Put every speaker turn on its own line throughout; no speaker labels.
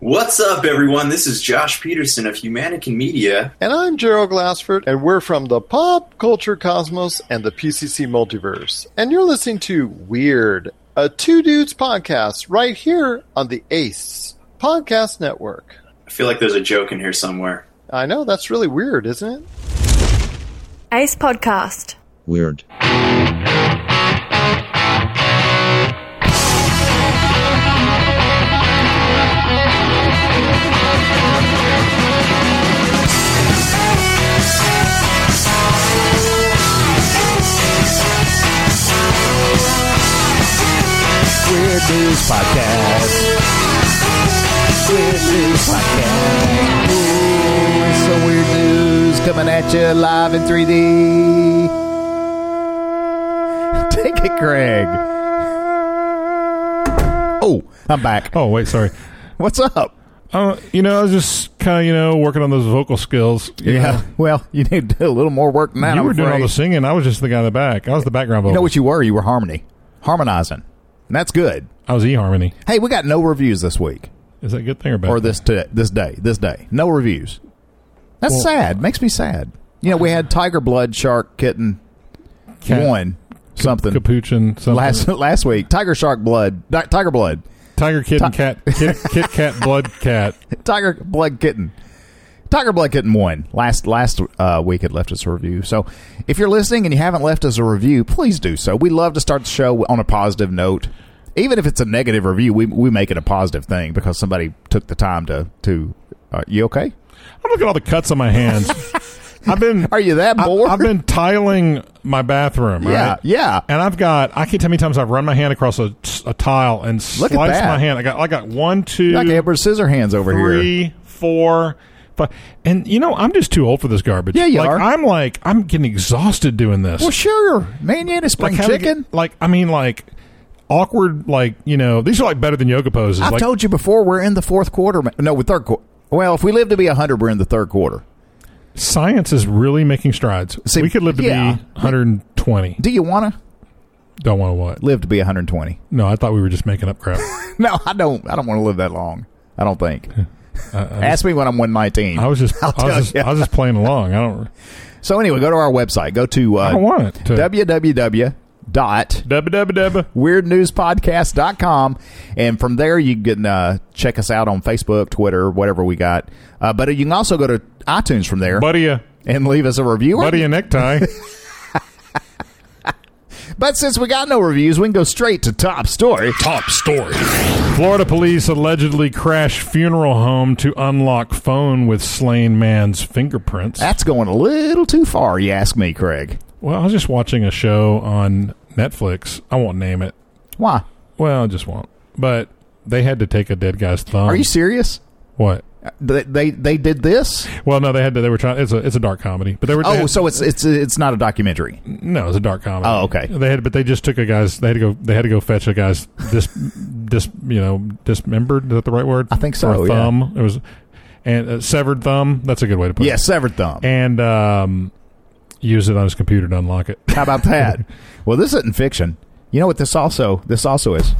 What's up, everyone? This is Josh Peterson of Humanican Media.
And I'm Gerald Glassford, and we're from the Pop Culture Cosmos and the PCC Multiverse. And you're listening to Weird, a Two Dudes podcast right here on the ACE Podcast Network.
I feel like there's a joke in here somewhere.
I know, that's really weird, isn't it?
Ace Podcast.
Weird.
Weird News Podcast. Weird News Podcast. Ooh, it's so weird news coming at you live in 3D. Take it, Craig. Oh, I'm back.
Oh wait, sorry.
What's up?
Uh, you know, I was just kind of you know working on those vocal skills. you know.
Uh, Well, you need to do a little more work than that.
you
I'm
were doing all
afraid.
the singing. I was just the guy in the back. I was the background vocal.
You know what you were? You were harmony, harmonizing, and that's good.
I was eHarmony.
Hey, we got no reviews this week.
Is that a good thing or bad?
or this to, this day, this day, no reviews. That's
Well-
sad. Makes me sad. You know, we had tiger blood, shark, kitten,
Cat-
one something
capuchin something.
last last week. Tiger shark blood, not tiger blood,
tiger kid and cat kit, kit cat blood cat.
tiger blood kitten, tiger blood kitten one. Last last uh, week had left us a review. So if you're listening and you haven't left us a review, please do so. We love to start the show on a positive note. Even if it's a negative review, we, we make it a positive thing because somebody took the time to to. Uh, you okay?
I'm looking at all the cuts on my hands. I've been.
Are you that
I-
bored?
I've been tiling my bathroom.
Yeah,
right?
yeah.
And I've got. I can't tell how many times I've run my hand across a, a tile and
Look
sliced
at that.
my hand. I got. I got one, two,
Like Edward Scissorhands over here.
three, four, five. And you know, I'm just too old for this garbage.
Yeah, you
like,
are.
I'm like, I'm getting exhausted doing this.
Well, sure, man. You had a spring
like having to
chicken.
get- like I mean, like awkward. Like you know, these are like better than yoga poses.
I've
like,
told you before. We're in the fourth quarter. ma- No, we're third quarter. Well, if we live to be hundred, we're in the third quarter.
science is really making strides.
See,
we could live to
yeah.
be 120.
Do you want to
Don't want to what?
live to be one hundred twenty?
No, I thought we were just making up crap.
No, I don't. I don't want to live that long. I don't think. Ask me when I'm one nineteen.
Uh, I was just, I
I'll tell
was just,
ya.
I was just playing along. I don't.
So anyway, go to our website. Go to uh,
I don't want it to-
www dot
Dubba dubba dubba.
weirdnewspodcast.com and from there you can uh, check us out on facebook twitter whatever we got uh, but you can also go to itunes from there
Buddy a
and leave us a review
buddy a necktie.
but since we got no reviews we can go straight to top story
Top story. Florida police allegedly crash funeral home to unlock phone with slain man's fingerprints.
that's going a little too far you ask me craig
Well, I was just watching a show on Netflix. I won't name it.
why
Well, I just won't. But they had to take a dead guy's thumb.
are you serious
what?
they, they they did this
Well, no, they had to. They were trying. It's a it's a dark comedy, but they were. they
oh
had-
so it's it's it's not a documentary
no, it's a dark comedy.
Oh, okay.
They had, but they just took a guy's. They had to go. They had to go fetch a guy's dis dis you know dismembered. Is that the right word?
I think so,
Or
yeah.
thumb. It was and uh, severed thumb. That's a good way to put
yeah
it.
severed thumb
and um, use it on his computer to unlock it.
how about that well this isn't fiction you know what this also this also is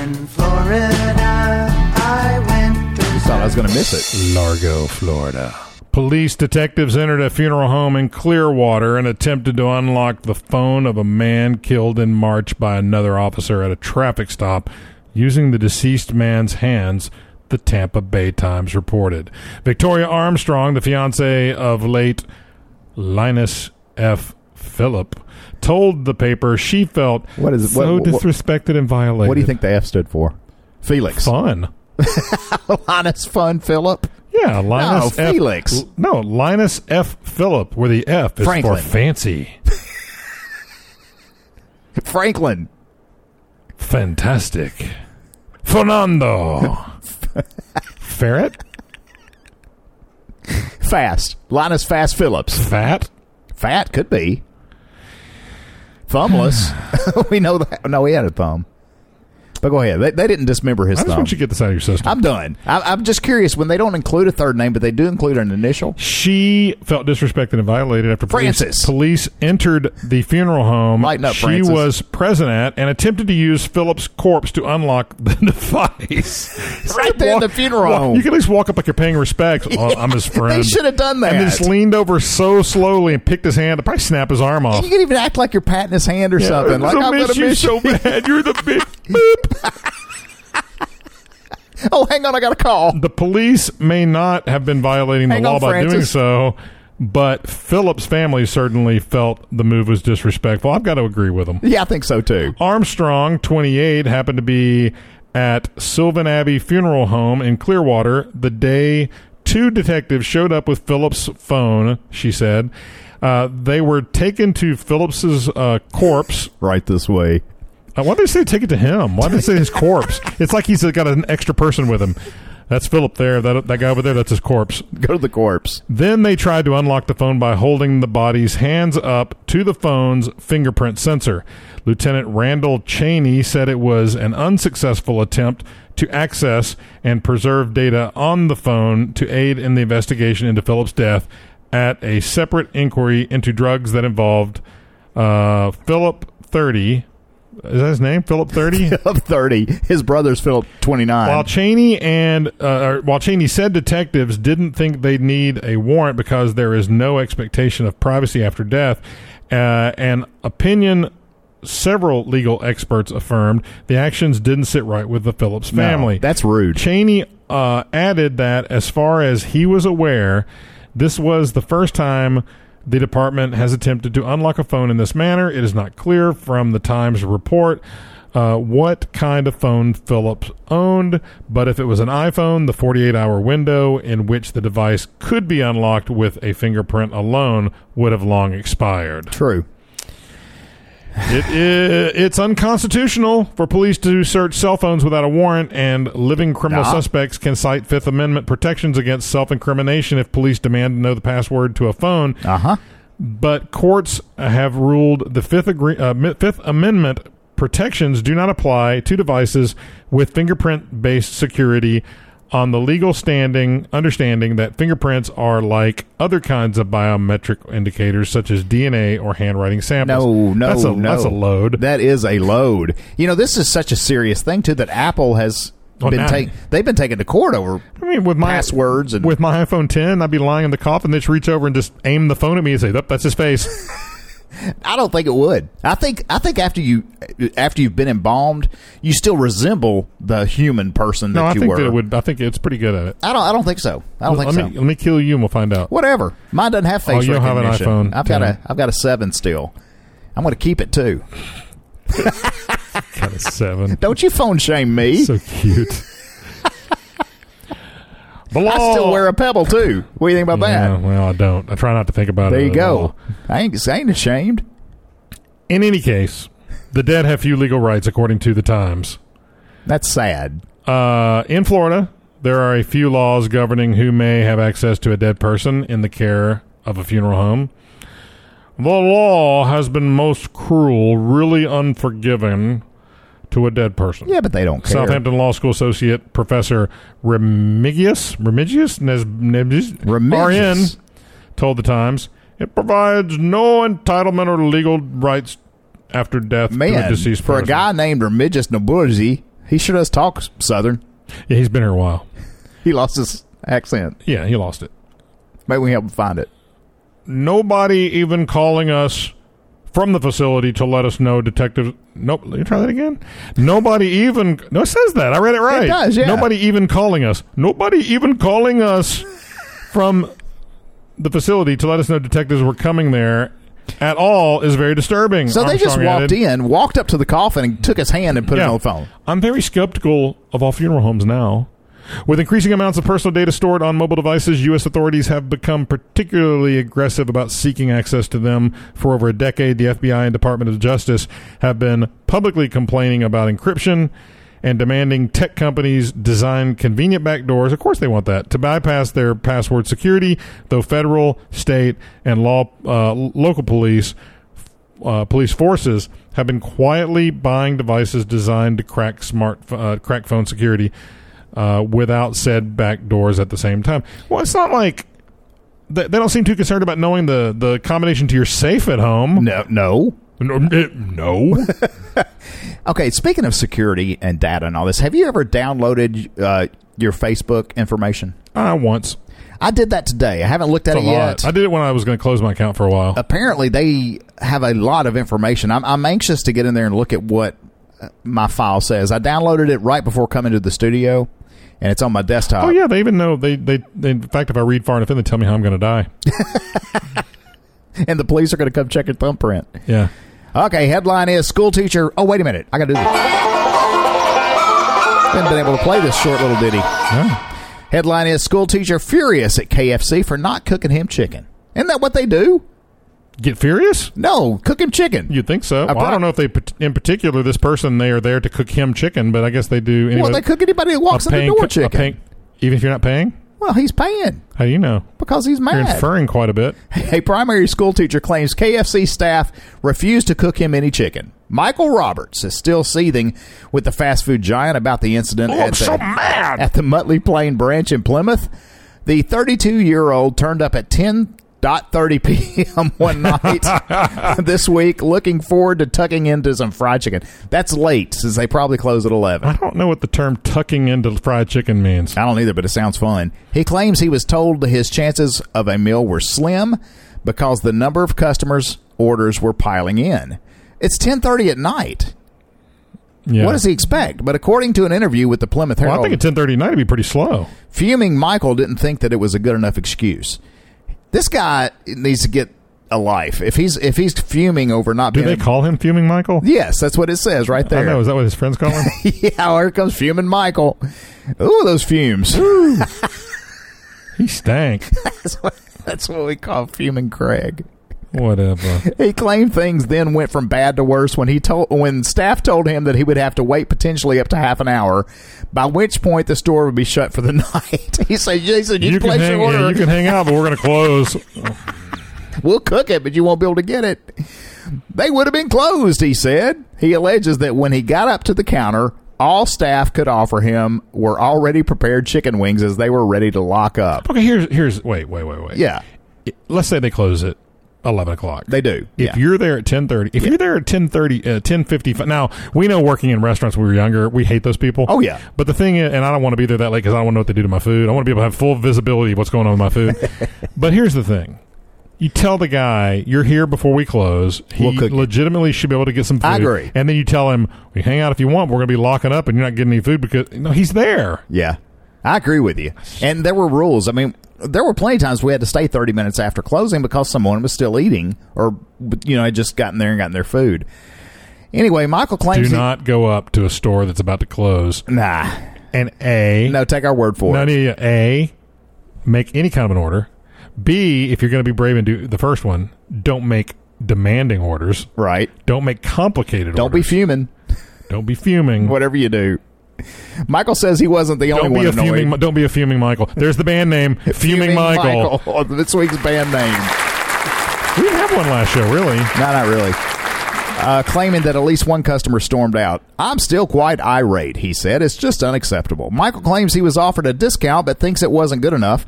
In Florida, I went to
you thought i was gonna miss it
Largo, Florida. Police detectives entered a funeral home in Clearwater and attempted to unlock the phone of a man killed in March by another officer at a traffic stop using the deceased man's hands, the Tampa Bay Times reported. Victoria Armstrong, the fiancee of late Linus F. Phillip, told the paper she felt
What is it-
so
what- what-
disrespected and violated.
What do you think the F stood for? Felix.
Fun.
Linus Fun Philip.
Yeah, Linus
No,
F.
Felix.
L- No, Linus F. Phillip, where the F is
Franklin.
for fancy,
Franklin.
fantastic, Fernando, ferret,
Fast. Linus Fast Phillips.
fat.
Fat could be. Thumbless. we know that. No, he had a thumb. But go ahead. They, they didn't dismember his
I just
thumb.
want you to get this out of your system.
I'm done. I, I'm just curious when they don't include a third name, but they do include an initial.
She felt disrespected and violated after police,
Francis.
police entered the funeral home
Lighten up,
she
Francis.
was present at and attempted to use Philip's corpse to unlock the device.
Right there in the funeral
Walk-
home.
You can at least walk up like you're paying respects. Oh, I'm his friend.
They should have done
And
that.
just leaned over so slowly and picked his hand. I'd probably snap his arm off.
You could even act like you're patting his hand or something. Like
So
I'm
miss
gonna
you
miss
so
you.
bad. You're the big
Oh, hang on, I got a call.
The police may not have been violating the
Hang
law
on,
by doing
Francis.
so, but Phillips' family certainly felt the move was disrespectful. I've got to agree with them.
Yeah, I think so too.
Armstrong, 28, happened to be at Sylvan Abbey Funeral Home in Clearwater the day two detectives showed up with Phillips' phone, she said. Uh, they were taken to Phillips's uh, corpse.
Right this way.
Uh, Why did they say take it to him? Why did they say his corpse? It's like he's got an extra person with him. That's Philip there. That, that guy over there, that's his corpse.
Go to the corpse.
Then they tried to unlock the phone by holding the body's hands up to the phone's fingerprint sensor. Lieutenant Randall Cheney said it was an unsuccessful attempt to access and preserve data on the phone to aid in the investigation into Phillips' death at a separate inquiry into drugs that involved uh, Philip 30. Is that his name? Philip 30?
Of thirty, his brother's Philip twenty nine.
While Cheney and uh, or while Cheney said detectives didn't think they'd need a warrant because there is no expectation of privacy after death, uh, an opinion several legal experts affirmed the actions didn't sit right with the Phillips
No,
family.
that's rude.
Cheney uh, added that, as far as he was aware, this was the first time the department has attempted to unlock a phone in this manner. It is not clear from the Times report uh, what kind of phone Phillips owned, but if it was an iPhone, the 48 hour window in which the device could be unlocked with a fingerprint alone would have long expired.
True.
It, i it's unconstitutional for police to search cell phones without a warrant, and living criminal
Nah.
suspects can cite Fifth Amendment protections against self incrimination if police demand to know the password to a phone.
Uh huh.
But courts have ruled the Fifth, agree- uh, Mi- Fifth Amendment protections do not apply to devices with fingerprint based security on the legal standing understanding that fingerprints are like other kinds of biometric indicators such as DNA or handwriting samples.
No, no,
that's a,
no.
That's a load.
That is a load. You know, this is such a serious thing too that Apple has
Well,
been
now-
taken. They've been taken to court over.
I mean, with my
Passwords and-
with my iPhone 10, I'd be lying in the coffin. They'd reach over and just aim the phone at me and say, "Yep, that's his face."
I don't think it would. I think I think after you after you've been embalmed, you still resemble the human person that
no, I
you
think
were.
that it would. I think it's pretty good at it.
I don't. I don't think so. I don't
let
think so.
me let me kill you and we'll find out.
Whatever. Mine doesn't have face
um, Oh, you don't have an
recognition.
iPhone
I've got
10.
a I've got a seven still. I'm going to keep it too.
Kind of seven.
Don't you phone shame me?
so cute. the law.
I still wear a pebble too. What do you think about
Yeah,
that?
well, I don't. I try not to think about
There
it.
you
at
go.
all.
I ain't, I ain't ashamed.
In any case, the dead have few legal rights, according to the Times.
That's sad.
Uh, in Florida, there are a few laws governing who may have access to a dead person in the care of a funeral home. The law has been most cruel, really unforgiving to a dead person.
Yeah, but they don't care.
Southampton Law School Associate Professor Remigius Remigius Nes, Nebis,
Remigious.
RN told the Times it provides no entitlement or legal rights after death to a
Man,
deceased
for a
person.
guy named Remigius Nobuzi, he sure does talk Southern.
yeah, he's been here a while.
He lost his accent.
Yeah, he lost it.
Maybe we can help him find it.
nobody even calling us from the facility to let us know detectives. Nope. Let me try that again. Nobody even. No, it says that. I read it right.
does, yeah.
Nobody even calling us. Nobody even calling us from the facility to let us know detectives were coming there at all is very disturbing.
So they just
Armstrong
walked
added.
in, walked up to the coffin, and took his hand and put it on the phone.
I'm very skeptical of all funeral homes now. With increasing amounts of personal data stored on mobile devices, U.S. authorities have become particularly aggressive about seeking access to them. For over a decade, the FBI and Department of Justice have been publicly complaining about encryption and demanding tech companies design convenient backdoors. Of course, they want that to bypass their password security, though federal, state, and law, uh, local police uh, police forces have been quietly buying devices designed to crack smart uh, crack phone security uh, without said back doors at the same time. Well, it's not like they, they don't seem too concerned about knowing the the combination to your safe at home.
No, no.
No, eh, no.
Okay, speaking of security and data and all this, have you ever downloaded uh, your Facebook information?
I once.
I did that today. I haven't looked at
It's a
it
lot. Uh,
yet.
I did it when I was going to close my account for a while.
Apparently, they have a lot of information. I'm, I'm anxious to get in there and look at what uh, my file says. I downloaded it right before coming to the studio, and it's on my desktop.
Oh yeah, they even know they, they they in fact if I read far enough in they tell me how I'm gonna die.
And the police are going to come check your thumbprint.
Yeah.
Okay, headline is school teacher. Oh, wait a minute. I got to do this. Haven't been able to play this short little ditty.
Yeah.
Headline is school teacher furious at KFC for not cooking him chicken. Isn't that what they do?
Get furious?
No, cook him chicken.
You'd think so. Well,
pro-
I don't know if they pat- in particular this person they are there to cook him chicken, but I guess they do anyway.
well, they cook anybody that walks
a
in the
paying
door
cu- a
chicken.
paying- even if you're not paying?
Well, he's paying
How do you know?
because he's
You're
mad.
inferring quite a bit.
A primary school teacher claims KFC staff refused to cook him any chicken. Michael Roberts is still seething with the fast food giant about the incident at, the, at the Muttley Plain branch in Plymouth. The 32 year old turned up at 10.30 p.m. one night this week, looking forward to tucking into some fried chicken. That's late since they probably close at eleven.
I don't know what the term tucking into fried chicken means.
I don't either, but it sounds fun. He claims he was told that his chances of a meal were slim because the number of customers' orders were piling in. It's 10:30 at night.
Yeah.
What does he expect? But according to an interview with the Plymouth
Well,
Herald,
I think at ten thirty at night it'd be pretty slow.
fuming Michael didn't think that it was a good enough excuse. This guy needs to get a life. If he's if he's fuming over not
Do
being
they call him fuming Michael?
Yes, that's what it says right there.
I know. Is that what his friends call him?
yeah, here comes fuming Michael. Ooh, those fumes.
he stank.
that's, what, that's what we call fuming Craig.
Whatever.
He claimed things then went from bad to worse when he told when staff told him that he would have to wait potentially up to half an hour, by which point the store would be shut for the night. he said, "Jason, you,
you can
place
hang.
your
yeah,
order.
you can hang out, but we're gonna close.
We'll cook it, but you won't be able to get it." They would have been closed, he said. He alleges that when he got up to the counter, all staff could offer him were already prepared chicken wings as they were ready to lock up.
Okay, here's here's wait wait wait wait.
Yeah,
Let's say they close at eleven o'clock.
they do.
if
yeah.
you're there at 10.30 if you're there at 10.30 uh, 10.55 now we know working in restaurants when we were younger we hate those people
Oh, yeah.
but the thing is and i don't want to be there that late because i don't want to know what they do to my food i want to be able to have full visibility of what's going on with my food but here's the thing you tell the guy you're here before we close. He
We'll cook you.
legitimately should be able to get some food.
I agree.
And then you tell him, "We hang out if you want. But we're going to be locking up, and you're not getting any food because no, he's there."
Yeah, I agree with you. And there were rules. I mean, there were plenty of times we had to stay 30 minutes after closing because someone was still eating or, you know, had just gotten there and gotten their food. Anyway, Michael claims.
Do
he-
not go up to a store that's about to close.
nah.
And a
No, take our word for
No,
it.
no, yeah. A, make any kind of an order. B, if you're going to be brave and do the first one, don't make demanding orders.
Right.
Don't make complicated
Don't be
orders.
fuming,
don't be fuming.
whatever you do. Michael says he wasn't the only
Don't be
one
a
annoyed.
fuming. Mi- Don't be a fuming Michael. There's the band name, fuming, Michael.
Michael, This week's band name.
We didn't have one last show, really.
No, not really. Uh, claiming that at least one customer stormed out. I'm still quite irate, he said. It's just unacceptable. Michael claims he was offered a discount but thinks it wasn't good enough.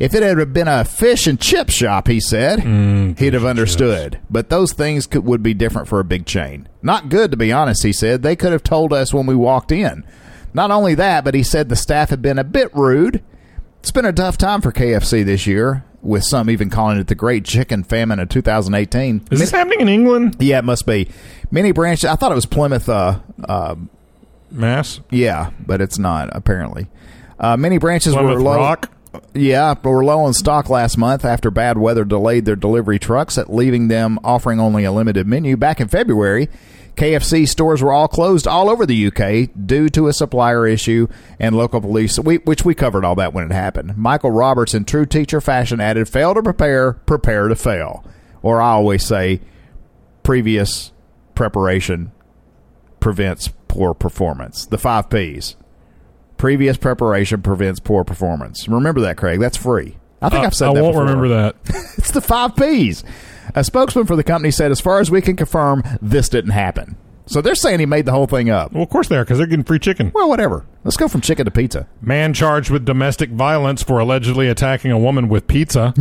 If it had been a fish and chip shop, he said, he'd have understood. But those things could, would be different for a big chain. Not good, to be honest, he said. They could have told us when we walked in. Not only that, but he said the staff had been a bit rude. It's been a tough time for KFC this year, with some even calling it the Great Chicken Famine of 2018.
Is this happening in England?
Yeah, it must be. Many branches. I thought it was Plymouth. Uh, uh,
Mass.
yeah, but it's not apparently. Uh, many branches
Plymouth
were low.
Rock.
Yeah, but were low on stock last month after bad weather delayed their delivery trucks, at leaving them offering only a limited menu. Back in February, KFC stores were all closed all over the UK due to a supplier issue and local police, we, which we covered all that when it happened. Michael Roberts, in true teacher fashion, added, "Fail to prepare, prepare to fail," or I always say, previous preparation prevents poor performance. The five P's. Previous preparation prevents poor performance. Remember that, Craig. That's free. Uh, I think I've said
I
that
won't
before.
remember that.
It's the five P's. A spokesman for the company said, as far as we can confirm, this didn't happen. So they're saying he made the whole thing up.
Well, of course they are, because they're getting free chicken.
Well, whatever. Let's go from chicken to pizza.
Man charged with domestic violence for allegedly attacking a woman with pizza.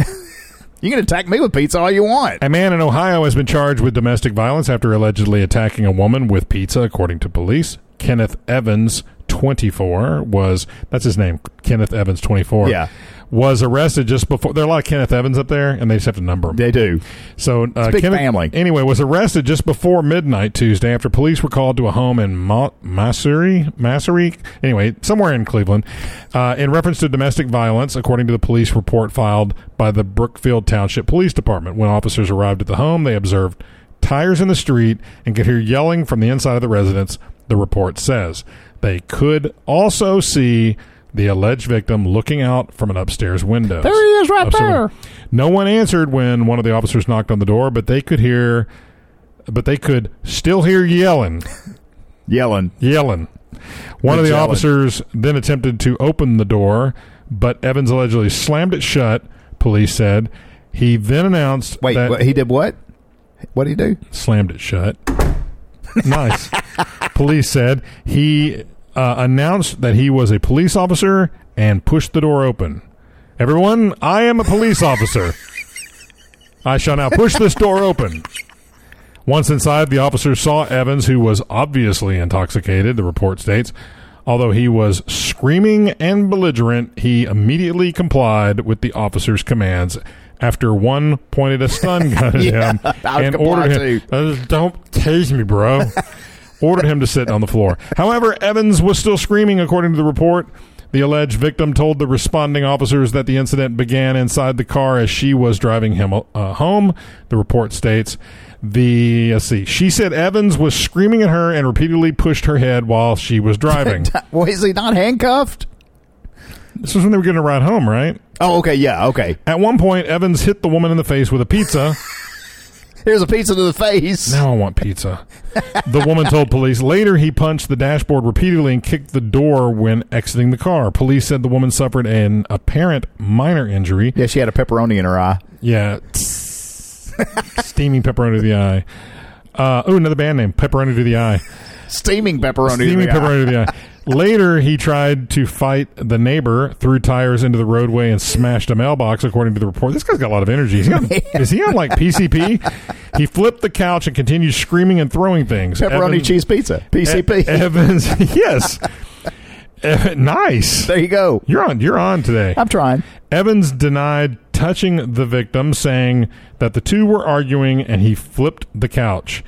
You can attack me with pizza all you want.
a man in Ohio has been charged with domestic violence after allegedly attacking a woman with pizza, according to police. Kenneth Evans, 24, was that's his name, Kenneth Evans, 24.
Yeah.
was arrested just before. There are a lot of Kenneth Evans up there, and they just have to number them.
They do.
So, uh,
a big
Kenneth,
family.
Anyway, was arrested just before midnight Tuesday after police were called to a home in Ma- Massery, Massery, anyway, somewhere in Cleveland, uh, in reference to domestic violence, according to the police report filed by the Brookfield Township Police Department. When officers arrived at the home, they observed tires in the street and could hear yelling from the inside of the residence. The report says they could also see. The alleged victim looking out from an upstairs window.
There he is right
Upstairs
there.
window. No one answered when one of the officers knocked on the door, but they could hear, but they could still hear yelling,
Yelling.
yelling. One of the
Yelling.
officers then attempted to open the door, but Evans allegedly slammed it shut. Police said he then announced
Wait,
that
what, he did what? What did he do?
slammed it shut. nice. Police said he uh, announced that he was a police officer and pushed the door open. Everyone, I am a police officer. I shall now push this door open. Once inside, the officer saw Evans, who was obviously intoxicated, the report states. Although he was screaming and belligerent, he immediately complied with the officer's commands after one pointed a stun gun at
Yeah,
him
I would
and
comply
ordered him, "Uh, Don't tase me, bro. ordered him to sit on the floor. However, Evans was still screaming, according to the report. The alleged victim told the responding officers that the incident began inside the car as she was driving him uh, home. The report states the let's see. She said Evans was screaming at her and repeatedly pushed her head while she was driving.
Well, is he not handcuffed?
this was when they were getting a ride home, right?
Oh, okay, yeah, okay.
At one point, Evans hit the woman in the face with a pizza.
Here's a pizza to the face.
Now I want pizza. the woman told police. Later, he punched the dashboard repeatedly and kicked the door when exiting the car. Police said the woman suffered an apparent minor injury.
Yeah, she had a pepperoni in her eye.
Yeah. Steaming pepperoni to the eye. Uh, oh, another band name, Pepperoni to the Eye.
Steaming pepperoni. in
Steaming
the eye.
Pepperoni to the Eye. Later, he tried to fight the neighbor, threw tires into the roadway, and smashed a mailbox, according to the report. This guy's got a lot of energy. He's got- is he on like PCP? He flipped the couch and continued screaming and throwing things.
Pepperoni
Evan-
cheese pizza.
E-
PCP.
Evans. yes. Ev- nice.
there you go.
You're on. You're on today.
I'm trying.
Evans denied touching the victim, saying that the two were arguing and he flipped the couch.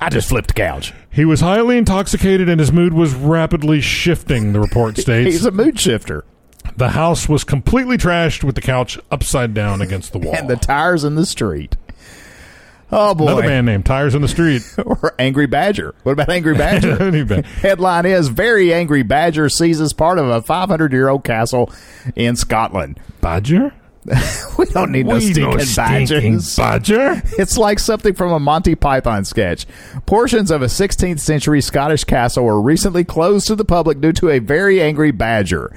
I just flipped the couch.
He was highly intoxicated and his mood was rapidly shifting. The report states
He's a mood shifter.
the house was completely trashed with the couch upside down against the wall.
And the tires in the street. Oh, boy.
Another band name, Tires in the Street.
or Angry Badger. What about Angry Badger?
Any band.
Headline is Very Angry Badger seizes part of a 500 year old castle in Scotland.
Badger.
We don't need no
We
stinking
no stinking
badgers.
badger.
It's like something from a Monty Python sketch. Portions of a 16th century Scottish castle were recently closed to the public due to a very angry badger.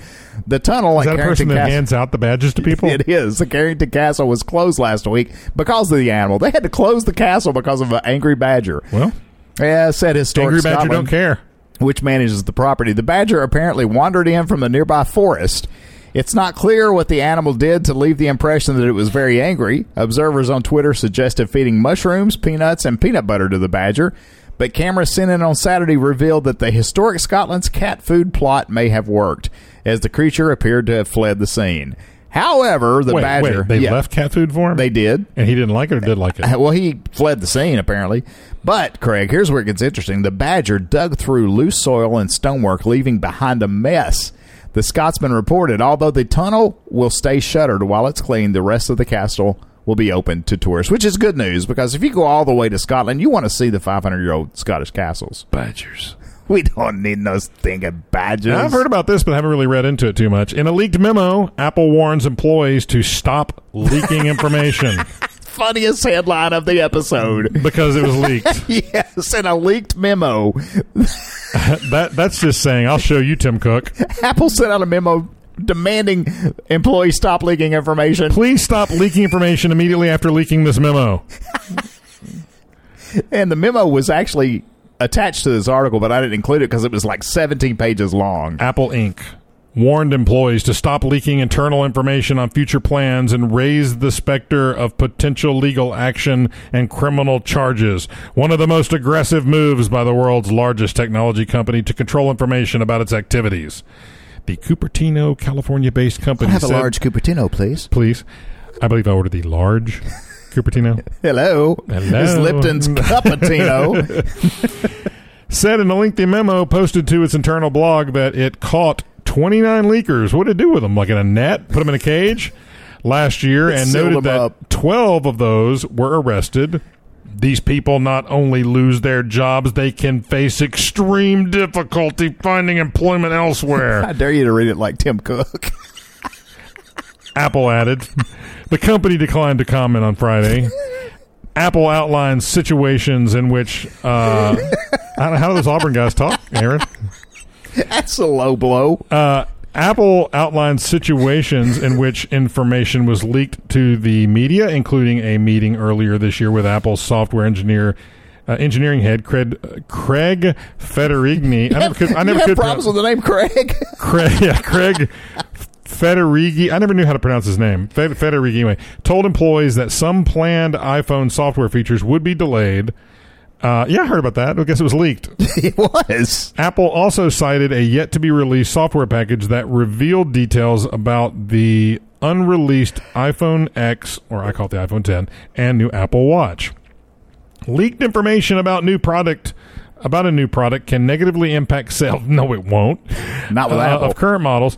The tunnel
Is
at
that a
Carrington
person that
Castle.
hands out the badges to people?
it is. The Carrington Castle was closed last week because of the animal. They had to close the castle because of an angry badger.
Well,
Yeah, said historic
Angry Badger
Scotland,
don't care.
which manages the property. The badger apparently wandered in from a nearby forest. It's not clear what the animal did to leave the impression that it was very angry. Observers on Twitter suggested feeding mushrooms, peanuts, and peanut butter to the badger, but cameras sent in on Saturday revealed that the historic Scotland's cat food plot may have worked, as the creature appeared to have fled the scene. However, the
wait,
badger
wait, they
Yeah,
left cat food for him?
They did.
and he didn't like it or did like it?
Uh, Well, he fled the scene apparently. But Craig, here's where it gets interesting. The badger dug through loose soil and stonework, leaving behind a mess. The Scotsman reported, although the tunnel will stay shuttered while it's cleaned, the rest of the castle will be open to tourists, which is good news because if you go all the way to Scotland, you want to see the 500 year old Scottish castles.
Badgers.
We don't need no stinking badgers.
I've heard about this, but I haven't really read into it too much. In a leaked memo, Apple warns employees to stop leaking information
funniest headline of the episode.
because it was leaked.
Yes, in a leaked memo,
That that's just saying I'll show you Tim Cook.
Apple sent out a memo demanding employees stop leaking information.
Please stop leaking information immediately after leaking this memo.
And the memo was actually attached to this article, but I didn't include it because it was like 17 pages long.
Apple Inc. warned employees to stop leaking internal information on future plans and raised the specter of potential legal action and criminal charges. One of the most aggressive moves by the world's largest technology company to control information about its activities. The Cupertino, California based company
Have a
said-
large Cupertino, please.
Please. I believe I ordered the large Cupertino.
Hello.
Hello.
It's Lipton's Cupertino.
said in a lengthy memo posted to its internal blog that it caught 29 leakers. What did it do with them? Like in a net? Put them in a cage? Last year,
It
and
sealed
noted
them
that
up.
12 of those were arrested. These people not only lose their jobs, they can face extreme difficulty finding employment elsewhere.
I dare you to read it like Tim Cook.
Apple added. The company declined to comment on Friday. Apple outlines situations in which. Uh, I don't know, how do those Auburn guys talk, Aaron?
That's a low blow.
Uh, Apple outlined situations in which information was leaked to the media, including a meeting earlier this year with Apple's software engineer. Uh, engineering head Craig, Craig Federighi. I never could. I never
you have
could
problems with
pronounce-
the name Craig.
Craig, yeah, Craig Federighi. I never knew how to pronounce his name. Fed, Federighi, anyway, told employees that some planned iPhone software features would be delayed. Uh, yeah, I heard about that. I guess it was leaked.
it was.
Apple also cited a yet to be released software package that revealed details about the unreleased iPhone X, or I call it the iPhone 10, and new Apple Watch. Leaked information about new product about a new product can negatively impact sales. No, it won't.
Not with
Uh,
Apple.
Of current models,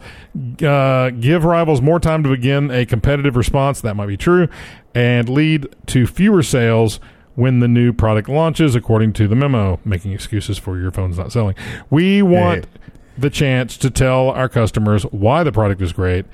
uh, give rivals more time to begin a competitive response. That might be true, and lead to fewer sales when the new product launches, according to the memo. Making excuses for your phone's not selling. We want the chance to tell our customers why the product is great.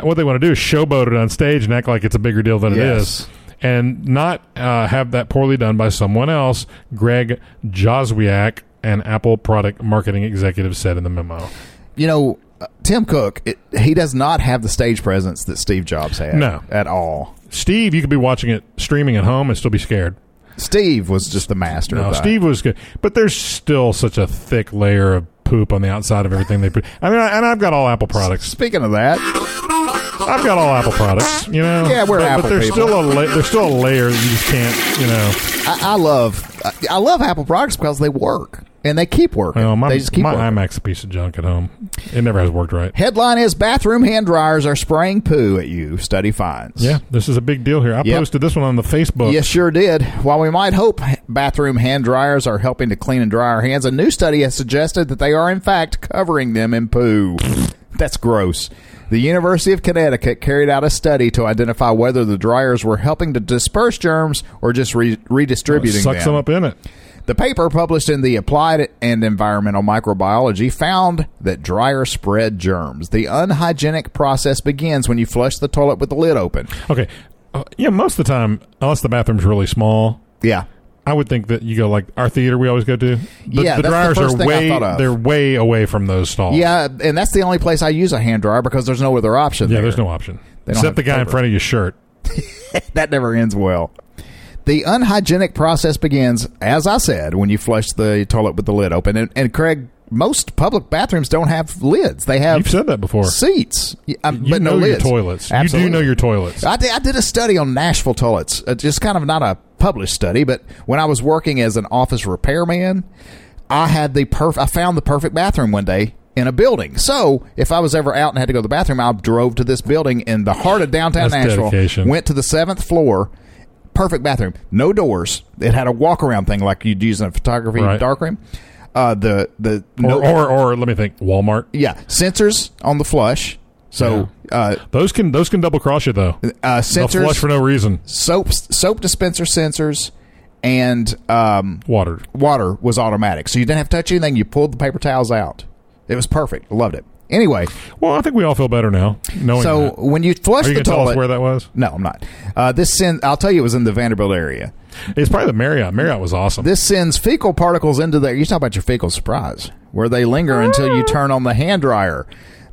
What they want to do is showboat it on stage and act like it's a bigger deal than it
Yes.
is and not uh, have that poorly done by someone else, Greg Joswiak, an Apple product marketing executive, said in the memo.
you know, uh, Tim Cook, it, he does not have the stage presence that Steve Jobs had.
No.
At all.
Steve, you could be watching it streaming at home and still be scared.
Steve was just the master
No,
of that.
Steve was good, but there's still such a thick layer of poop on the outside of everything they put. I mean, I, and I've got all Apple products.
Speaking of that,
I've got all Apple products. You know,
Yeah, we're
but,
Apple
but there's
people.
still a la- there's still a layer that you just can't. You know,
I, I love I, I love Apple products because they work and they keep working.
Well, my,
they just keep
my
working.
iMac's a piece of junk at home. It never has worked right.
Headline is bathroom hand dryers are spraying poo at you. Study finds.
Yeah, this is a big deal here. I
Yep.
posted this one on the Facebook.
Yes, sure did. While we might hope bathroom hand dryers are helping to clean and dry our hands, a new study has suggested that they are in fact covering them in poo. That's gross. The University of Connecticut carried out a study to identify whether the dryers were helping to disperse germs or just re- redistributing
sucks them up in it.
The paper published in the Applied and Environmental Microbiology found that dryer spread germs. The unhygienic process begins when you flush the toilet with the lid open.
Okay. Uh, yeah, most of the time, unless the bathroom's really small,
Yeah.
I would think that you go like our theater we always go to. The,
Yeah,
the
that's the
dryers
first
are
thing I
way
thought of.
they're way away from those stalls.
Yeah, and that's the only place I use a hand dryer because there's no other option.
yeah.
there.
There's no option
They don't have
except the guy in
paper.
front of your shirt.
that never ends well. The unhygienic process begins, as I said, when you flush the toilet with the lid open. And, and Craig, most public bathrooms don't have lids; they have
You've said that before.
seats, Y- um,
You
but
know
no
your
lids.
toilets. You
Absolutely.
do know your toilets.
I did, I did a study on Nashville toilets. Uh, just kind of not a published study, but when I was working as an office repairman, I had the perf- I found the perfect bathroom one day in a building. So if I was ever out and had to go to the bathroom, I drove to this building in the heart of downtown
That's
Nashville.
dedication.
Went to the seventh floor. Perfect bathroom, no doors. It had a walk around thing like you'd use in a photography
Right.
darkroom. Uh, the the no,
Or, or or let me think. Walmart.
yeah sensors on the flush. So uh,
Those can those can double cross you though.
uh,
They'll
sensors
flush for no reason.
soap soap dispenser sensors and um,
Water.
water was automatic. So you didn't have to touch anything. You pulled the paper towels out. It was perfect. Loved it. Anyway,
Well, I think we all feel better now knowing
so
that.
when you flush
Oh, Are you
the
gonna tell us
toilet,
where that was?
no, I'm not. Uh, this send, I'll tell you, it was in the Vanderbilt area.
It's probably the Marriott. Marriott was awesome.
This sends fecal particles into the. You talk about your fecal surprise, where they linger until you turn on the hand dryer.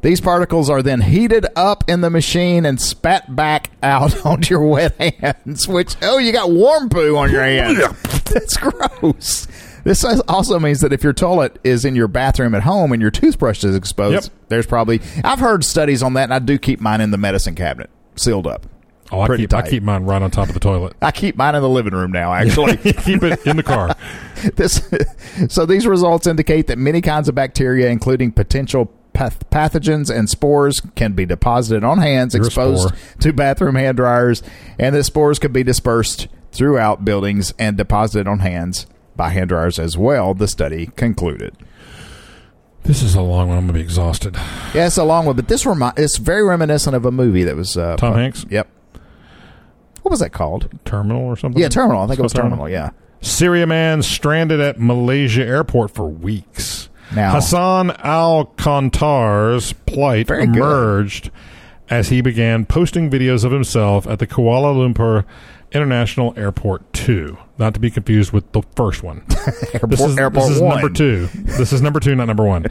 These particles are then heated up in the machine and spat back out onto your wet hands, which, oh, you got warm poo on your hands. That's gross. This also means that if your toilet is in your bathroom at home and your toothbrush is exposed,
Yep.
there's probably. I've heard studies on that, and I do keep mine in the medicine cabinet, sealed up.
Oh, I
Pretty
keep, I
tight.
keep mine right on top of the toilet.
I keep mine in the living room now, actually.
keep it in the car.
this, so these results indicate that many kinds of bacteria, including potential path- pathogens and spores, can be deposited on hands
You're a
exposed
spore.
to bathroom hand dryers, and the spores could be dispersed throughout buildings and deposited on hands by hand dryers as well. The study concluded.
This is a long one. I'm gonna be exhausted.
Yeah, it's a long one, but this remi- it's very reminiscent of a movie that was uh,
Tom Hanks?
Yep. What was that called?
Terminal or something?
Yeah, Terminal. I think it was
It's called
Terminal. Yeah.
Syria man stranded at Malaysia airport for weeks.
Now-
Hassan Al Kantar's plight
Very good.
emerged as he began posting videos of himself at the Kuala Lumpur International Airport 2. Not to be confused with the first one.
Airport,
This is,
Airport
this is
One.
number two. This is number two, not number one.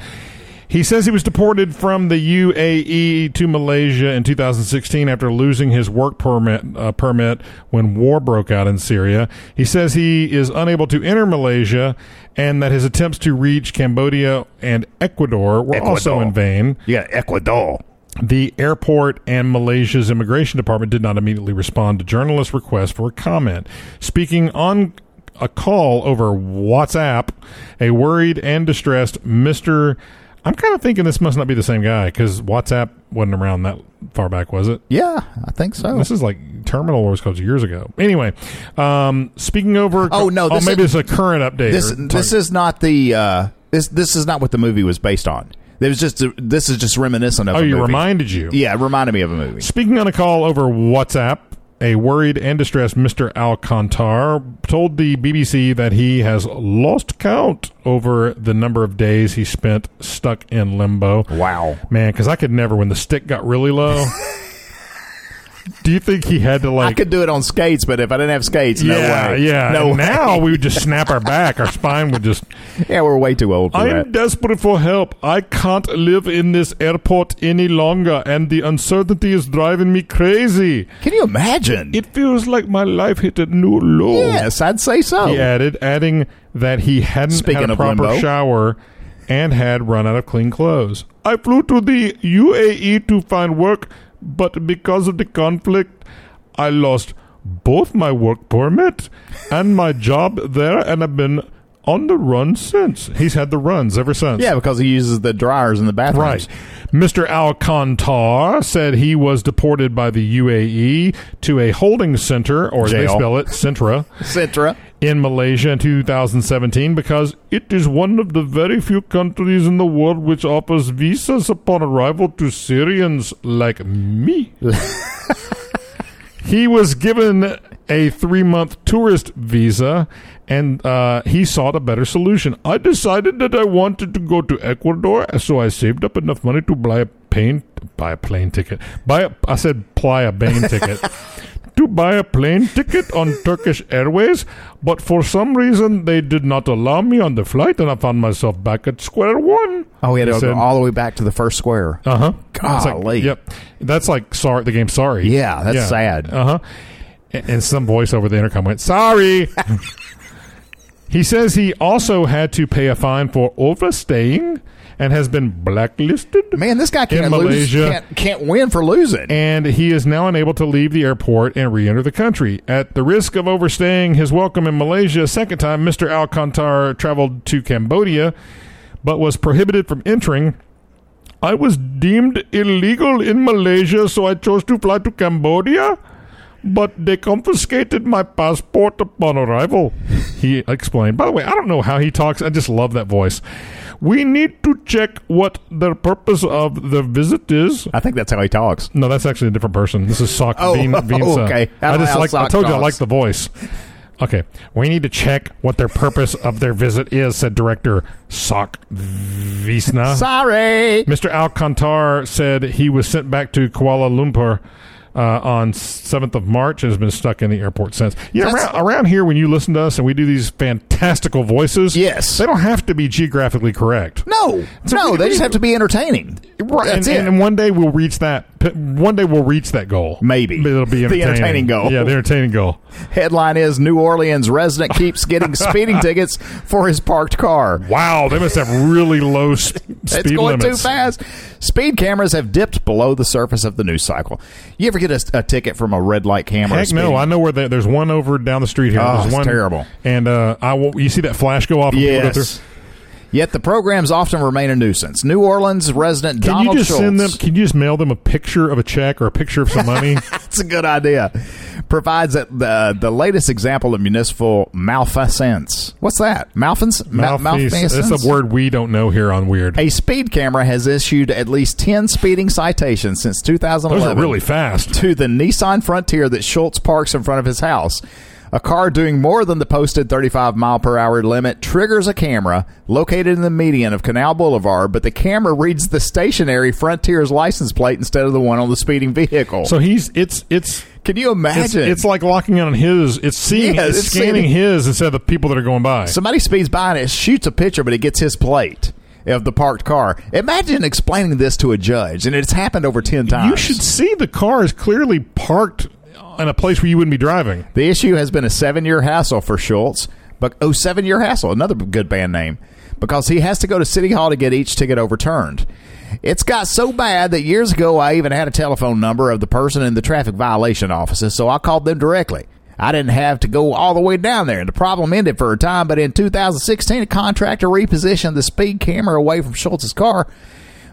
He says he was deported from the UAE to Malaysia in 2016 after losing his work permit, uh, permit when war broke out in Syria. He says he is unable to enter Malaysia and that his attempts to reach Cambodia and Ecuador were also
Ecuador.
in vain.
You got Ecuador.
The airport and Malaysia's immigration department did not immediately respond to journalists' request for a comment. Speaking on a call over WhatsApp, a worried and distressed Mr. I'm kind of thinking this must not be the same guy because WhatsApp wasn't around that far back, was it?
Yeah, I think so.
This is like Terminal Wars called years ago. Anyway, um, speaking over.
Oh, no,
Oh,
this
maybe
is-
it's a current update.
this
or-
this is not the uh, this this is not what the movie was based on. It was just this is just reminiscent of.
Oh,
a
you
movie.
reminded you.
Yeah, it reminded me of a movie.
Speaking on a call over WhatsApp, a worried and distressed Mr. Alcantar told the BBC that he has lost count over the number of days he spent stuck in limbo.
Wow.
Man, because I could never, when the stick got really low. do you think he had to like.
I could do it on skates, but if I didn't have skates,
yeah,
no way.
yeah.
no.
And
way.
now we would just snap our back. Our spine would just.
yeah, we're way too old for
I
that.
am desperate for help. I can't live in this airport any longer, and the uncertainty is driving me crazy.
Can you imagine?
It feels like my life hit a new low.
yes, I'd say so.
He added, adding that he hadn't
Speaking
had a
of
proper
limbo.
shower and had run out of clean clothes. I flew to the UAE to find work, but because of the conflict, I lost both my work permit and my job there and have been on the run since. He's had the runs ever since.
Yeah, because he uses the dryers in the bathrooms.
Right. Mr. Alcantar said he was deported by the UAE to a holding center, or as they
Jail.
spell it, Centra,
Citra.
in Malaysia in 2017 because it is one of the very few countries in the world which offers visas upon arrival to Syrians like me. he was given a three month tourist visa and uh, he sought a better solution. I decided that I wanted to go to Ecuador, so I saved up enough money to buy a plane, buy a plane ticket. Buy a, I said buy a plane ticket. To buy a plane ticket on Turkish Airways, but for some reason they did not allow me on the flight, and I found myself back at square one.
Oh, he had to go
said-
all the way back to the first square.
uh huh.
Golly.
yep. That's like sorry. The game Sorry.
Yeah, that's sad.
Uh huh. And, and some voice over the intercom went Sorry. he says he also had to pay a fine for overstaying and has been blacklisted.
Man, this guy can't
In
lose.
Malaysia.
Can't, can't win for losing.
And he is now unable to leave the airport and re enter the country. At the risk of overstaying his welcome in Malaysia a second time, Mr. Alcantar traveled to Cambodia but was prohibited from entering. I was deemed illegal in Malaysia, so I chose to fly to Cambodia, but they confiscated my passport upon arrival. He explained. By the way, I don't know how he talks. I just love that voice. We need to check what the purpose of the visit is.
I think that's how he talks.
No, that's actually a different person. This is Sock
Oh,
Veen, Veensa.
okay.
I just
Al
like. I
Sock
told you I
talks.
like the voice. Okay, we need to check what their purpose of their visit is," said director Sock Visna. Uh-huh.
Sorry.
Mr. Alcantar said he was sent back to Kuala Lumpur uh, on 7th of March and has been stuck in the airport since. Yeah,
That's-
around, around here, when you listen to us and we do these fantastical voices,
Yes.
they don't have to be geographically correct.
No, no, they just have to be entertaining. That's
and,
it.
and one day we'll reach that. One day we'll reach that goal.
Maybe.
But it'll be
The
entertaining.
entertaining goal.
Yeah, the entertaining goal.
Headline is New Orleans resident keeps getting speeding tickets for his parked car.
Wow, they must have really low s- speed
it's going
limits.
too fast. Speed cameras have dipped below the surface of the news cycle. You ever get a, a ticket from a red light camera?
Heck no!
speeding?
I know where they, there's one over down the street here.
Oh,
there's
it's
one
terrible.
And uh, I will, you see that flash go off. and people go
Yes.
through?
Yet the programs often remain a nuisance. New Orleans resident
Can
Donald
you just
Schultz.
send them? Can you just mail them a picture of a check or a picture of some money?
That's a good idea. Provides that the the latest example of municipal malfeasance. What's that? Malfeasance. Ma-
Mouthpiece. That's a word we don't know here on Weird.
A speed camera has issued at least ten speeding citations since
Those
2011.
are really fast.
to the Nissan Frontier that Schultz parks in front of his house. A car doing more than the posted 35 mile per hour limit triggers a camera located in the median of Canal Boulevard, but the camera reads the stationary Frontier's license plate instead of the one on the speeding vehicle.
So he's it's it's
Can you
it's,
imagine?
it's like locking in on his. It's seeing.
Yes,
it's,
it's
scanning
seeing-
his instead of the people that are going by.
Somebody speeds by and it shoots a picture, but it gets his plate of the parked car. Imagine explaining this to a judge, and it's happened over 10 times.
you should see the car is clearly parked in a place where you wouldn't be driving.
The issue has been a seven year hassle for Schultz, but oh, seven year hassle, another good band name, because he has to go to City Hall to get each ticket overturned. It's got so bad that years ago I even had a telephone number of the person in the traffic violation offices, so I called them directly. I didn't have to go all the way down there, and the problem ended for a time. But in 2016, a contractor repositioned the speed camera away from Schultz's car.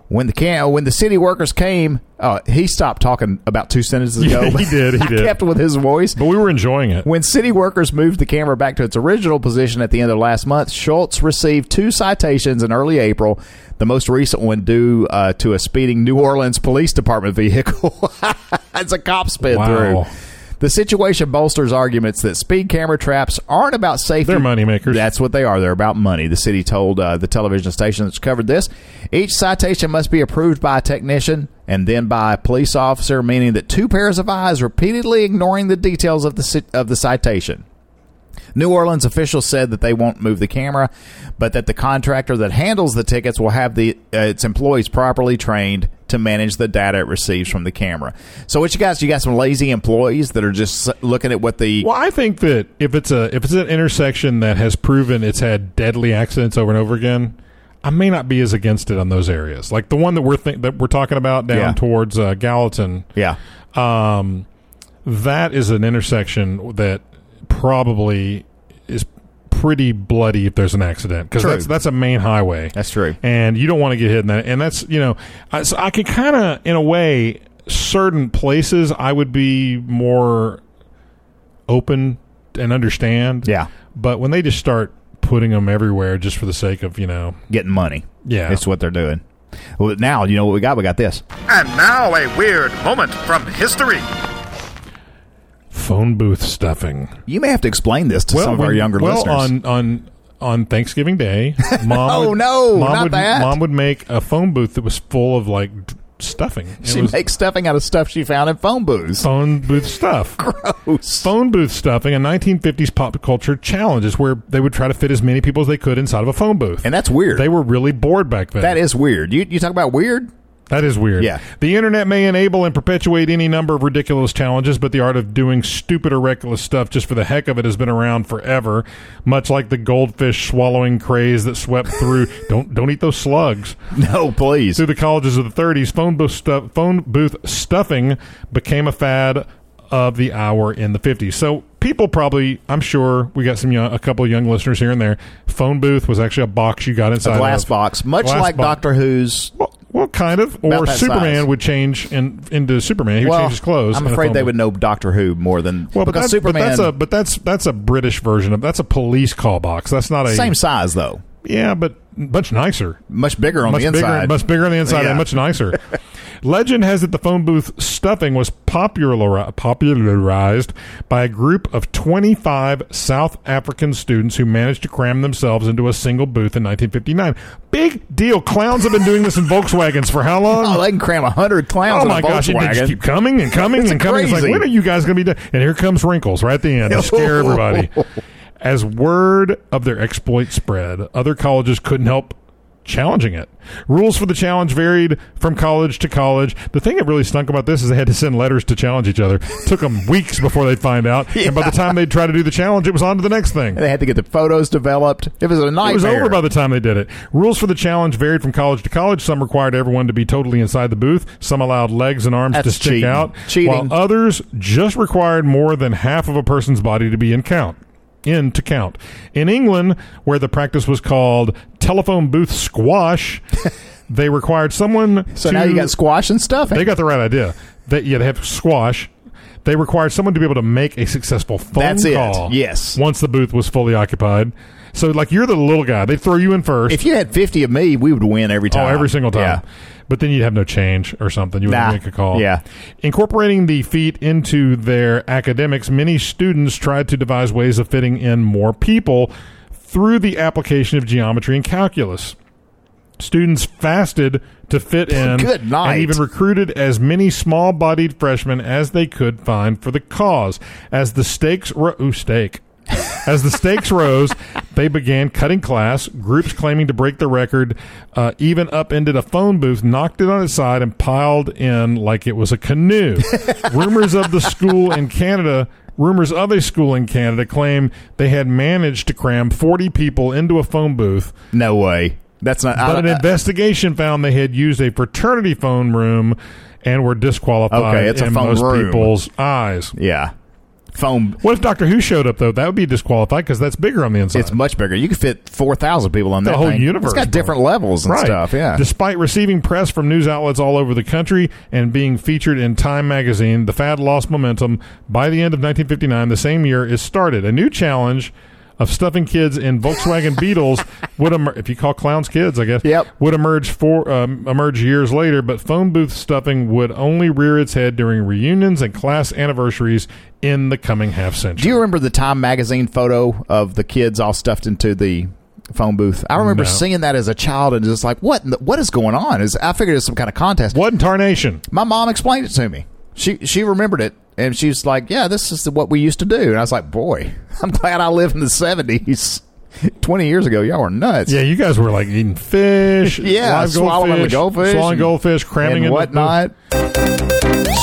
When the cam- when the city workers came, uh, he stopped talking about two sentences ago.
Yeah, he did, he
I
did.
kept with his voice.
But we were enjoying it.
When city workers moved the camera back to its original position at the end of last month, Schultz received two citations in early April. The most recent one due uh, to a speeding New Orleans Police Department vehicle. As a cop sped
Wow.
through. The situation bolsters arguments that speed camera traps aren't about safety.
They're moneymakers.
That's what they are. They're about money. The city told uh, the television station that's covered this. Each citation must be approved by a technician and then by a police officer, meaning that two pairs of eyes repeatedly ignoring the details of the ci- of the citation. New Orleans officials said that they won't move the camera, but that the contractor that handles the tickets will have the uh, its employees properly trained to manage the data it receives from the camera. So what you got? You got some lazy employees that are just s- looking at what the
Well, I think that if it's a if it's an intersection that has proven it's had deadly accidents over and over again, I may not be as against it on those areas. Like the one that we're think that we're talking about down
Yeah.
towards uh, Gallatin,
yeah.
um, that is an intersection that probably is pretty bloody if there's an accident because
True.
that's that's a main highway.
That's true.
and you don't want to get hit in that. And that's you know, I, so I can kind of in a way certain places I would be more open and understand.
Yeah.
but when they just start putting them everywhere just for the sake of you know,
Getting money.
Yeah.
That's what they're doing. Well, now you know what we got. We got this.
And now a weird moment from history.
phone booth stuffing.
You may have to explain this to some of our
when-
younger
well,
listeners.
on on on Thanksgiving Day, mom.
No,
would,
no,
mom
not
would,
that.
Mom would make a phone booth that was full of like d- stuffing. It
she
was
makes stuffing out of stuff she found in phone booths.
phone booth stuff.
Gross.
Phone booth stuffing, a 1950s pop culture challenge, is where they would try to fit as many people as they could inside of a phone booth.
And that's weird.
they were really bored back then.
that is weird. You you talk about weird?
That is weird.
Yeah.
The internet may enable and perpetuate any number of ridiculous challenges, but the art of doing stupid or reckless stuff just for the heck of it has been around forever, much like the goldfish swallowing craze that swept through don't don't eat those slugs.
No, please.
Through the colleges of the 30s, phone booth stuff, phone booth stuffing became a fad of the hour in the 50s. So people probably, I'm sure, we got some young, a couple of young listeners here and there. Phone booth was actually a box you got inside
a glass
of.
box, much
Glass
like
box.
Doctor Who's.
Well, well, kind of. Or
About that
Superman
size.
would change in, into Superman. He would
well,
change his clothes.
I'm
in a
afraid
phone
they
book.
would know Doctor Who more than
Well, but
because
that's,
Superman.
but that's a but that's that's a British version of that's a police call box. That's not a
same size though.
Yeah, but much nicer.
Much bigger on
much
the
bigger,
inside.
much bigger on the inside,
Yeah.
and much nicer. Legend has it the phone booth stuffing was popular, popularized by a group of 25 South African students who managed to cram themselves into a single booth in 1959. Big deal. Clowns have been doing this in Volkswagens for how long?
Oh, they can cram hundred clowns
Oh
in
my
a
gosh, it
Volkswagen.
just keep coming and coming
It's
and coming. It's
crazy.
like, when are you guys going to be done? And here comes Wrinkles right at the end to scare everybody. As word of their exploit spread, other colleges couldn't help challenging it. Rules for the challenge varied from college to college. The thing that really stunk about this is they had to send letters to challenge each other. took them weeks before they'd find out. And by the time they'd try to do the challenge, it was on to the next thing.
they had to get the photos developed. It was a nightmare.
It was over by the time they did it. Rules for the challenge varied from college to college. Some required everyone to be totally inside the booth. Some allowed legs and arms to
That's
stick
cheating.
out.
Cheating.
While others just required more than half of a person's body to be in count. In to count. In England, where the practice was called telephone booth squash, they required someone
so
to
now you got squash and stuffing.
they got the right idea. They, yeah, they have squash. They required someone to be able to make a successful phone
That's it.
call.
Yes.
Once the booth was fully occupied. So, like, you're the little guy. They throw you in first.
if you had fifty of me, we would win every
oh,
time.
every single time.
Yeah.
But then you'd have no change or something. You wouldn't
Nah.
make a call.
Yeah.
Incorporating the feat into their academics, many students tried to devise ways of fitting in more people through the application of geometry and calculus. Students fasted to fit in
Good night.
and even recruited as many small bodied freshmen as they could find for the cause. As the stakes ro- ooh, stake. As the stakes rose, they began cutting class. Groups claiming to break the record uh, even upended a phone booth, knocked it on its side, and piled in like it was a canoe. rumors of the school in Canada. Rumors of a school in Canada claim they had managed to cram 40 people into a phone booth
No way. That's not.
but an
I, I,
investigation found they had used a fraternity phone room and were disqualified
Okay, it's a
in
phone
most
room.
people's eyes.
yeah. Phone.
What if Doctor Who showed up though? That would be disqualified because that's bigger on the inside.
It's much bigger. You could fit four thousand people on
The
that
whole
thing.
universe,
It's got
bro.
different levels and
right.
stuff. Yeah.
Despite receiving press from news outlets all over the country and being featured in Time magazine, the fad lost momentum. By the end of 1959, the same year, is started. A new challenge of stuffing kids in Volkswagen Beetles would emerge. If you call clowns kids, I guess.
Yep.
Would emerge for um, emerge years later, but phone booth stuffing would only rear its head during reunions and class anniversaries in the coming half century.
Do you remember the Time magazine photo of the kids all stuffed into the phone booth? I remember
No.
seeing that as a child and just like, what? in the- What is going on? Is I figured it's some kind of contest.
what in tarnation?
My mom explained it to me. She she remembered it and she was like, yeah, this is what we used to do. And I was like, boy, I'm glad I live in the seventies. Twenty years ago, y'all were nuts.
Yeah, you guys were like eating fish,
Yeah,
live
swallowing the
goldfish,
goldfish
swallowing
and-
goldfish, cramming in
and
the-
whatnot.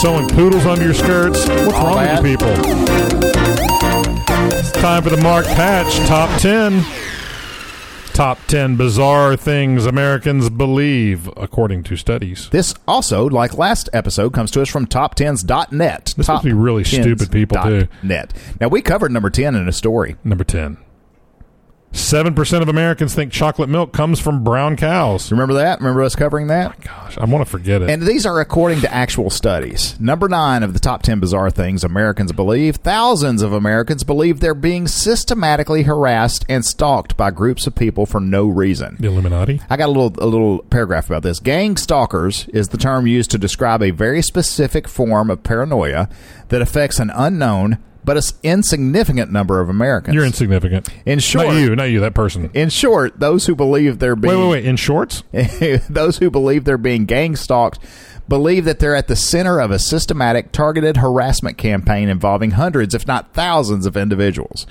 sewing poodles under your skirts. What's
All
wrong
that.
with you people? It's time for the Mark Patch Top 10. Top 10 bizarre things Americans believe, according to studies.
This also, like last episode, comes to us from top10s.net.
This must be really stupid people, too.
Net. Now, we covered number 10 in a story.
Number 10. 7% of Americans think chocolate milk comes from brown cows.
Remember that? Remember us covering that?
Gosh, I want to forget it.
And these are according to actual studies. Number nine of the top 10 bizarre things Americans believe thousands of Americans believe they're being systematically harassed and stalked by groups of people for no reason.
the Illuminati?
I got a little a little paragraph about this. Gang stalkers is the term used to describe a very specific form of paranoia that affects an unknown but an insignificant number of Americans.
You're insignificant.
In short-
Not you, not you, that person.
in short, those who believe they're being
Wait, wait, wait. In shorts?
those who believe they're being gang stalked believe that they're at the center of a systematic targeted harassment campaign involving hundreds if not thousands of individuals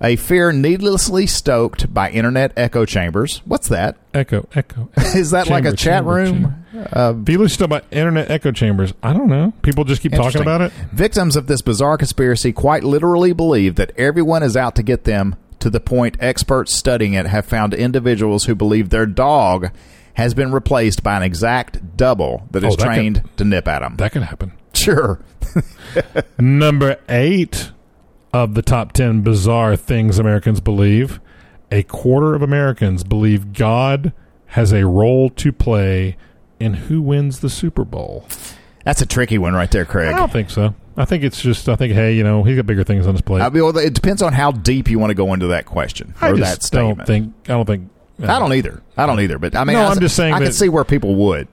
a fear needlessly stoked by internet echo chambers what's that
Echo, echo. echo.
is that like a
Chamber,
chat
chamber, chamber.
room
Feelers still about internet echo chambers. I don't know. People just keep talking
Interesting.
about it.
victims of this bizarre conspiracy quite literally believe that everyone is out to get them to the point experts studying it have found individuals who believe their dog has been replaced by an exact double that is
Oh, that could-
trained to nip at them
That could happen.
Sure.
Number eight of the top 10 bizarre things Americans believe a quarter of Americans believe God has a role to play in who wins the Super Bowl.
That's a tricky one right there,
I
Craig.
don't think so. I think it's just, I think, hey, you know, he's got bigger things on his plate.
I mean, well, it depends on how deep you want to go into that question
I
or
just
that statement.
don't think, uh, I don't think
I don't either. I don't either. But I mean,
No,
I,
I'm just saying
I can
that-
see where people would.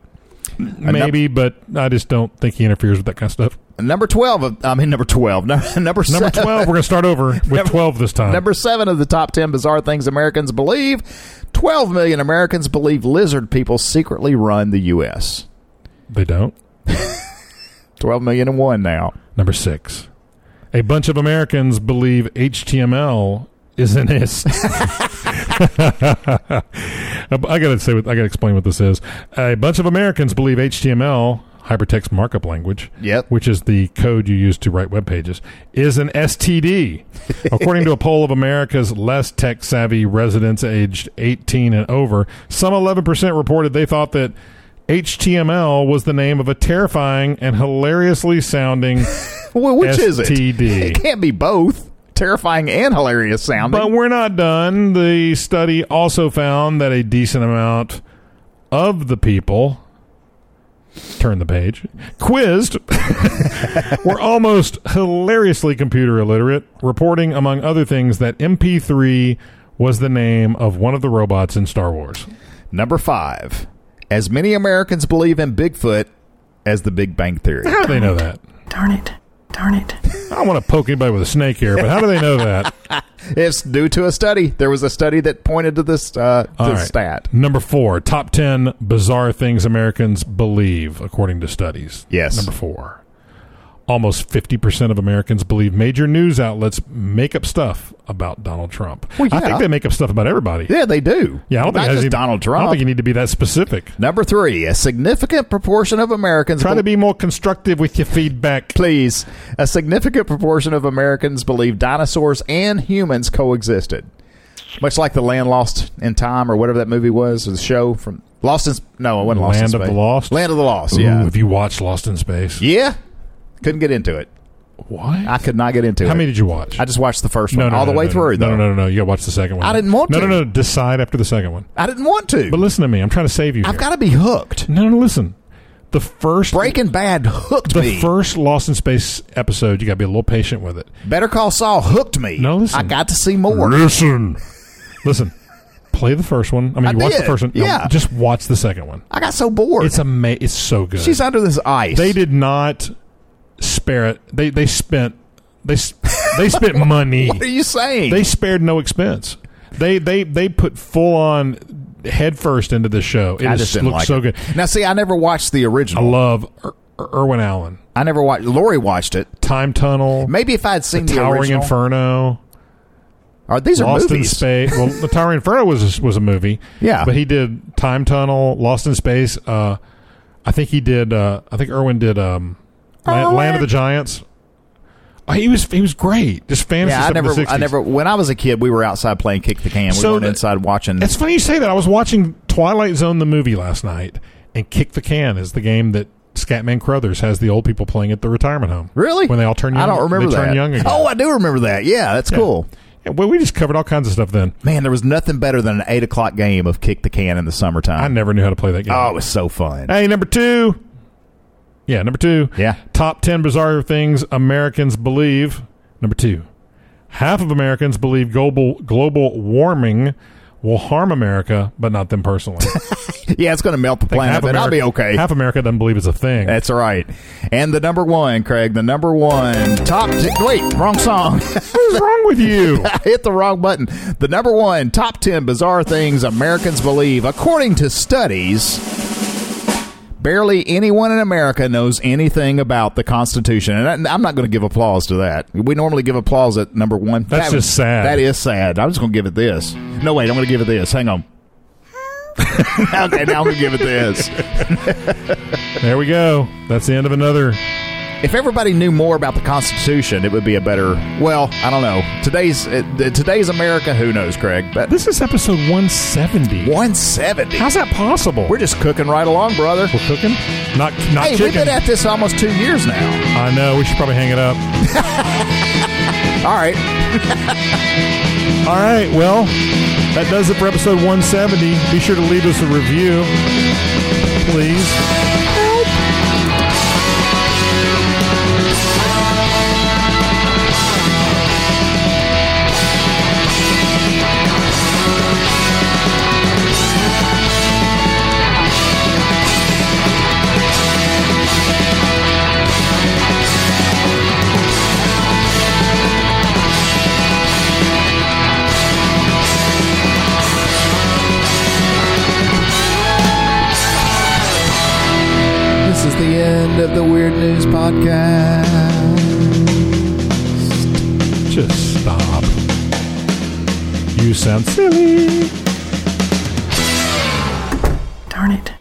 Maybe, but I just don't think he interferes with that kind of stuff.
Number twelve. of- I mean, number twelve. Number number seven,
Number 12, we're going to start over with 12 this time.
Number seven of the top ten bizarre things Americans believe. Twelve million Americans believe lizard people secretly run the U.S.
they don't.
Twelve million and one now.
Number six, a bunch of Americans believe HTML is an ist. I gotta say, what, I gotta explain what this is. A bunch of Americans believe HTML, hypertext markup language,
Yep.
which is the code you use to write web pages, is an STD, according to a poll of America's less tech savvy residents aged 18 and over. Some 11% reported they thought that. HTML was the name of a terrifying and hilariously sounding
Well, which is it?
STD.
It can't be both. Terrifying and hilarious sounding.
But we're not done. The study also found that a decent amount of the people turn the page quizzed were almost hilariously computer illiterate, reporting among other things that MP3 was the name of one of the robots in Star Wars.
Number five. As many Americans believe in Bigfoot as the Big Bang Theory.
How do they know that?
Darn it. Darn it.
I don't want to poke anybody with a snake here, but how do they know that?
It's due to a study. There was a study that pointed to this uh, to
All
this
right.
stat.
Number four, top 10 bizarre things Americans believe, according to studies.
Yes.
Number four, almost 50% of Americans believe major news outlets make up stuff about Donald Trump.
Well,
I
yeah.
think they make up stuff about everybody.
Yeah, they do.
Yeah, I don't
Not
think it has
just
any-
Donald
I
Trump.
don't think you need to be that specific.
Number three, a significant proportion of Americans
Try to
bel-
be more constructive with your feedback.
please. A significant proportion of Americans believe dinosaurs and humans coexisted, much like the land lost in time or whatever that movie was, or the show from Lost in S- No, it wasn't Lost in
Land of the
Space.
Lost?
Land of the Lost.
Ooh,
yeah,
Have you watched Lost in Space?
yeah. Couldn't get into it.
What?
I could not get into it.
How many did you watch?
I just watched the first
no,
one
no,
all
no,
the way
no,
through.
No,
though.
no, no, no, no. You got to watch the second one.
I didn't want
no,
to.
No, no, no. Decide after the second one.
I didn't want to.
But listen to me. I'm trying to save you.
I've
here.
got to be hooked.
No, no, listen. The first
Breaking Bad hooked
the
me.
first Lost in Space episode, you got to be a little patient with it.
Better Call Saul hooked me.
No, listen.
I got to see more.
Listen, listen. Play the first one. I mean,
I
you watch the
did,
first one. No,
yeah.
just watch the second one.
I got so bored.
It's ama- It's so good.
She's under this ice.
they did not spare it. They they spent they s- they spent money.
What are you saying?
They spared no expense. They they they put full on head first into this show. It
I
is-
just didn't
looks
like
so
it.
good. Oh.
Now, see, I never watched the
I
original.
love Ir- Ir- Irwin Allen.
I never watched. Lori watched it.
Time Tunnel.
Maybe if I had seen the,
Towering
original.
Inferno.
Or these are
Lost in
movies.
Space. Well, the Towering Inferno was a, was a movie.
Yeah.
but he did Time Tunnel, Lost in Space. Uh, I think he did. Uh, I think Irwin did um, Land, Land of the Giants. Oh, he was he was great. Just fantasy
Yeah, I
stuff in
never.
the 60s.
I never. When I was a kid, we were outside playing kick the can. We
So
weren't
the-
inside watching.
It's funny you say that. I was watching Twilight Zone the movie last night, and Kick the Can is the game that Scatman Crothers has the old people playing at the retirement home.
really
When they all turn young,
I don't remember
they
that.
turn young again.
Oh, I do remember that. Yeah, that's cool.
Yeah, well, we just covered all kinds of stuff then.
Man, there was nothing better than an eight o'clock game of kick the can in the summertime.
I never knew how to play that game.
Oh, it was so fun.
Hey, number two. Yeah, number two.
Yeah.
Top 10 bizarre things Americans believe. Number two. Half of Americans believe global, global warming will harm America, but not them personally. I think
Yeah, it's going to melt the planet,
half
but I'll
America-
be okay.
Half America doesn't believe it's a thing.
That's all right. And the number one, Craig, the number one top. T- wait, wrong song.
What's wrong with you?
I hit the wrong button. The number one top 10 bizarre things Americans believe, according to studies. Barely anyone in America knows anything about the Constitution, and I, I'm not going to give applause to that. We normally give applause at number one.
That's
That-
just sad.
That is sad. I'm just going to give it this. No, wait, I'm going to give it this. Hang on. okay, now I'm going to give it this.
there we go. That's the end of another.
If everybody knew more about the Constitution, it would be a better. Well, I don't know. Today's uh, th- today's America. Who knows, Craig? But
This is episode 170.
170.
How's that possible?
We're just cooking right along, brother.
We're cooking? Not, not
Hey, we've
chicken.
been at this almost two years now.
I know. We should probably hang it up.
All right,
All right, well, that does it for episode 170. Be sure to leave us a review, please.
the Weird News Podcast.
Just stop. You sound silly.
Darn it.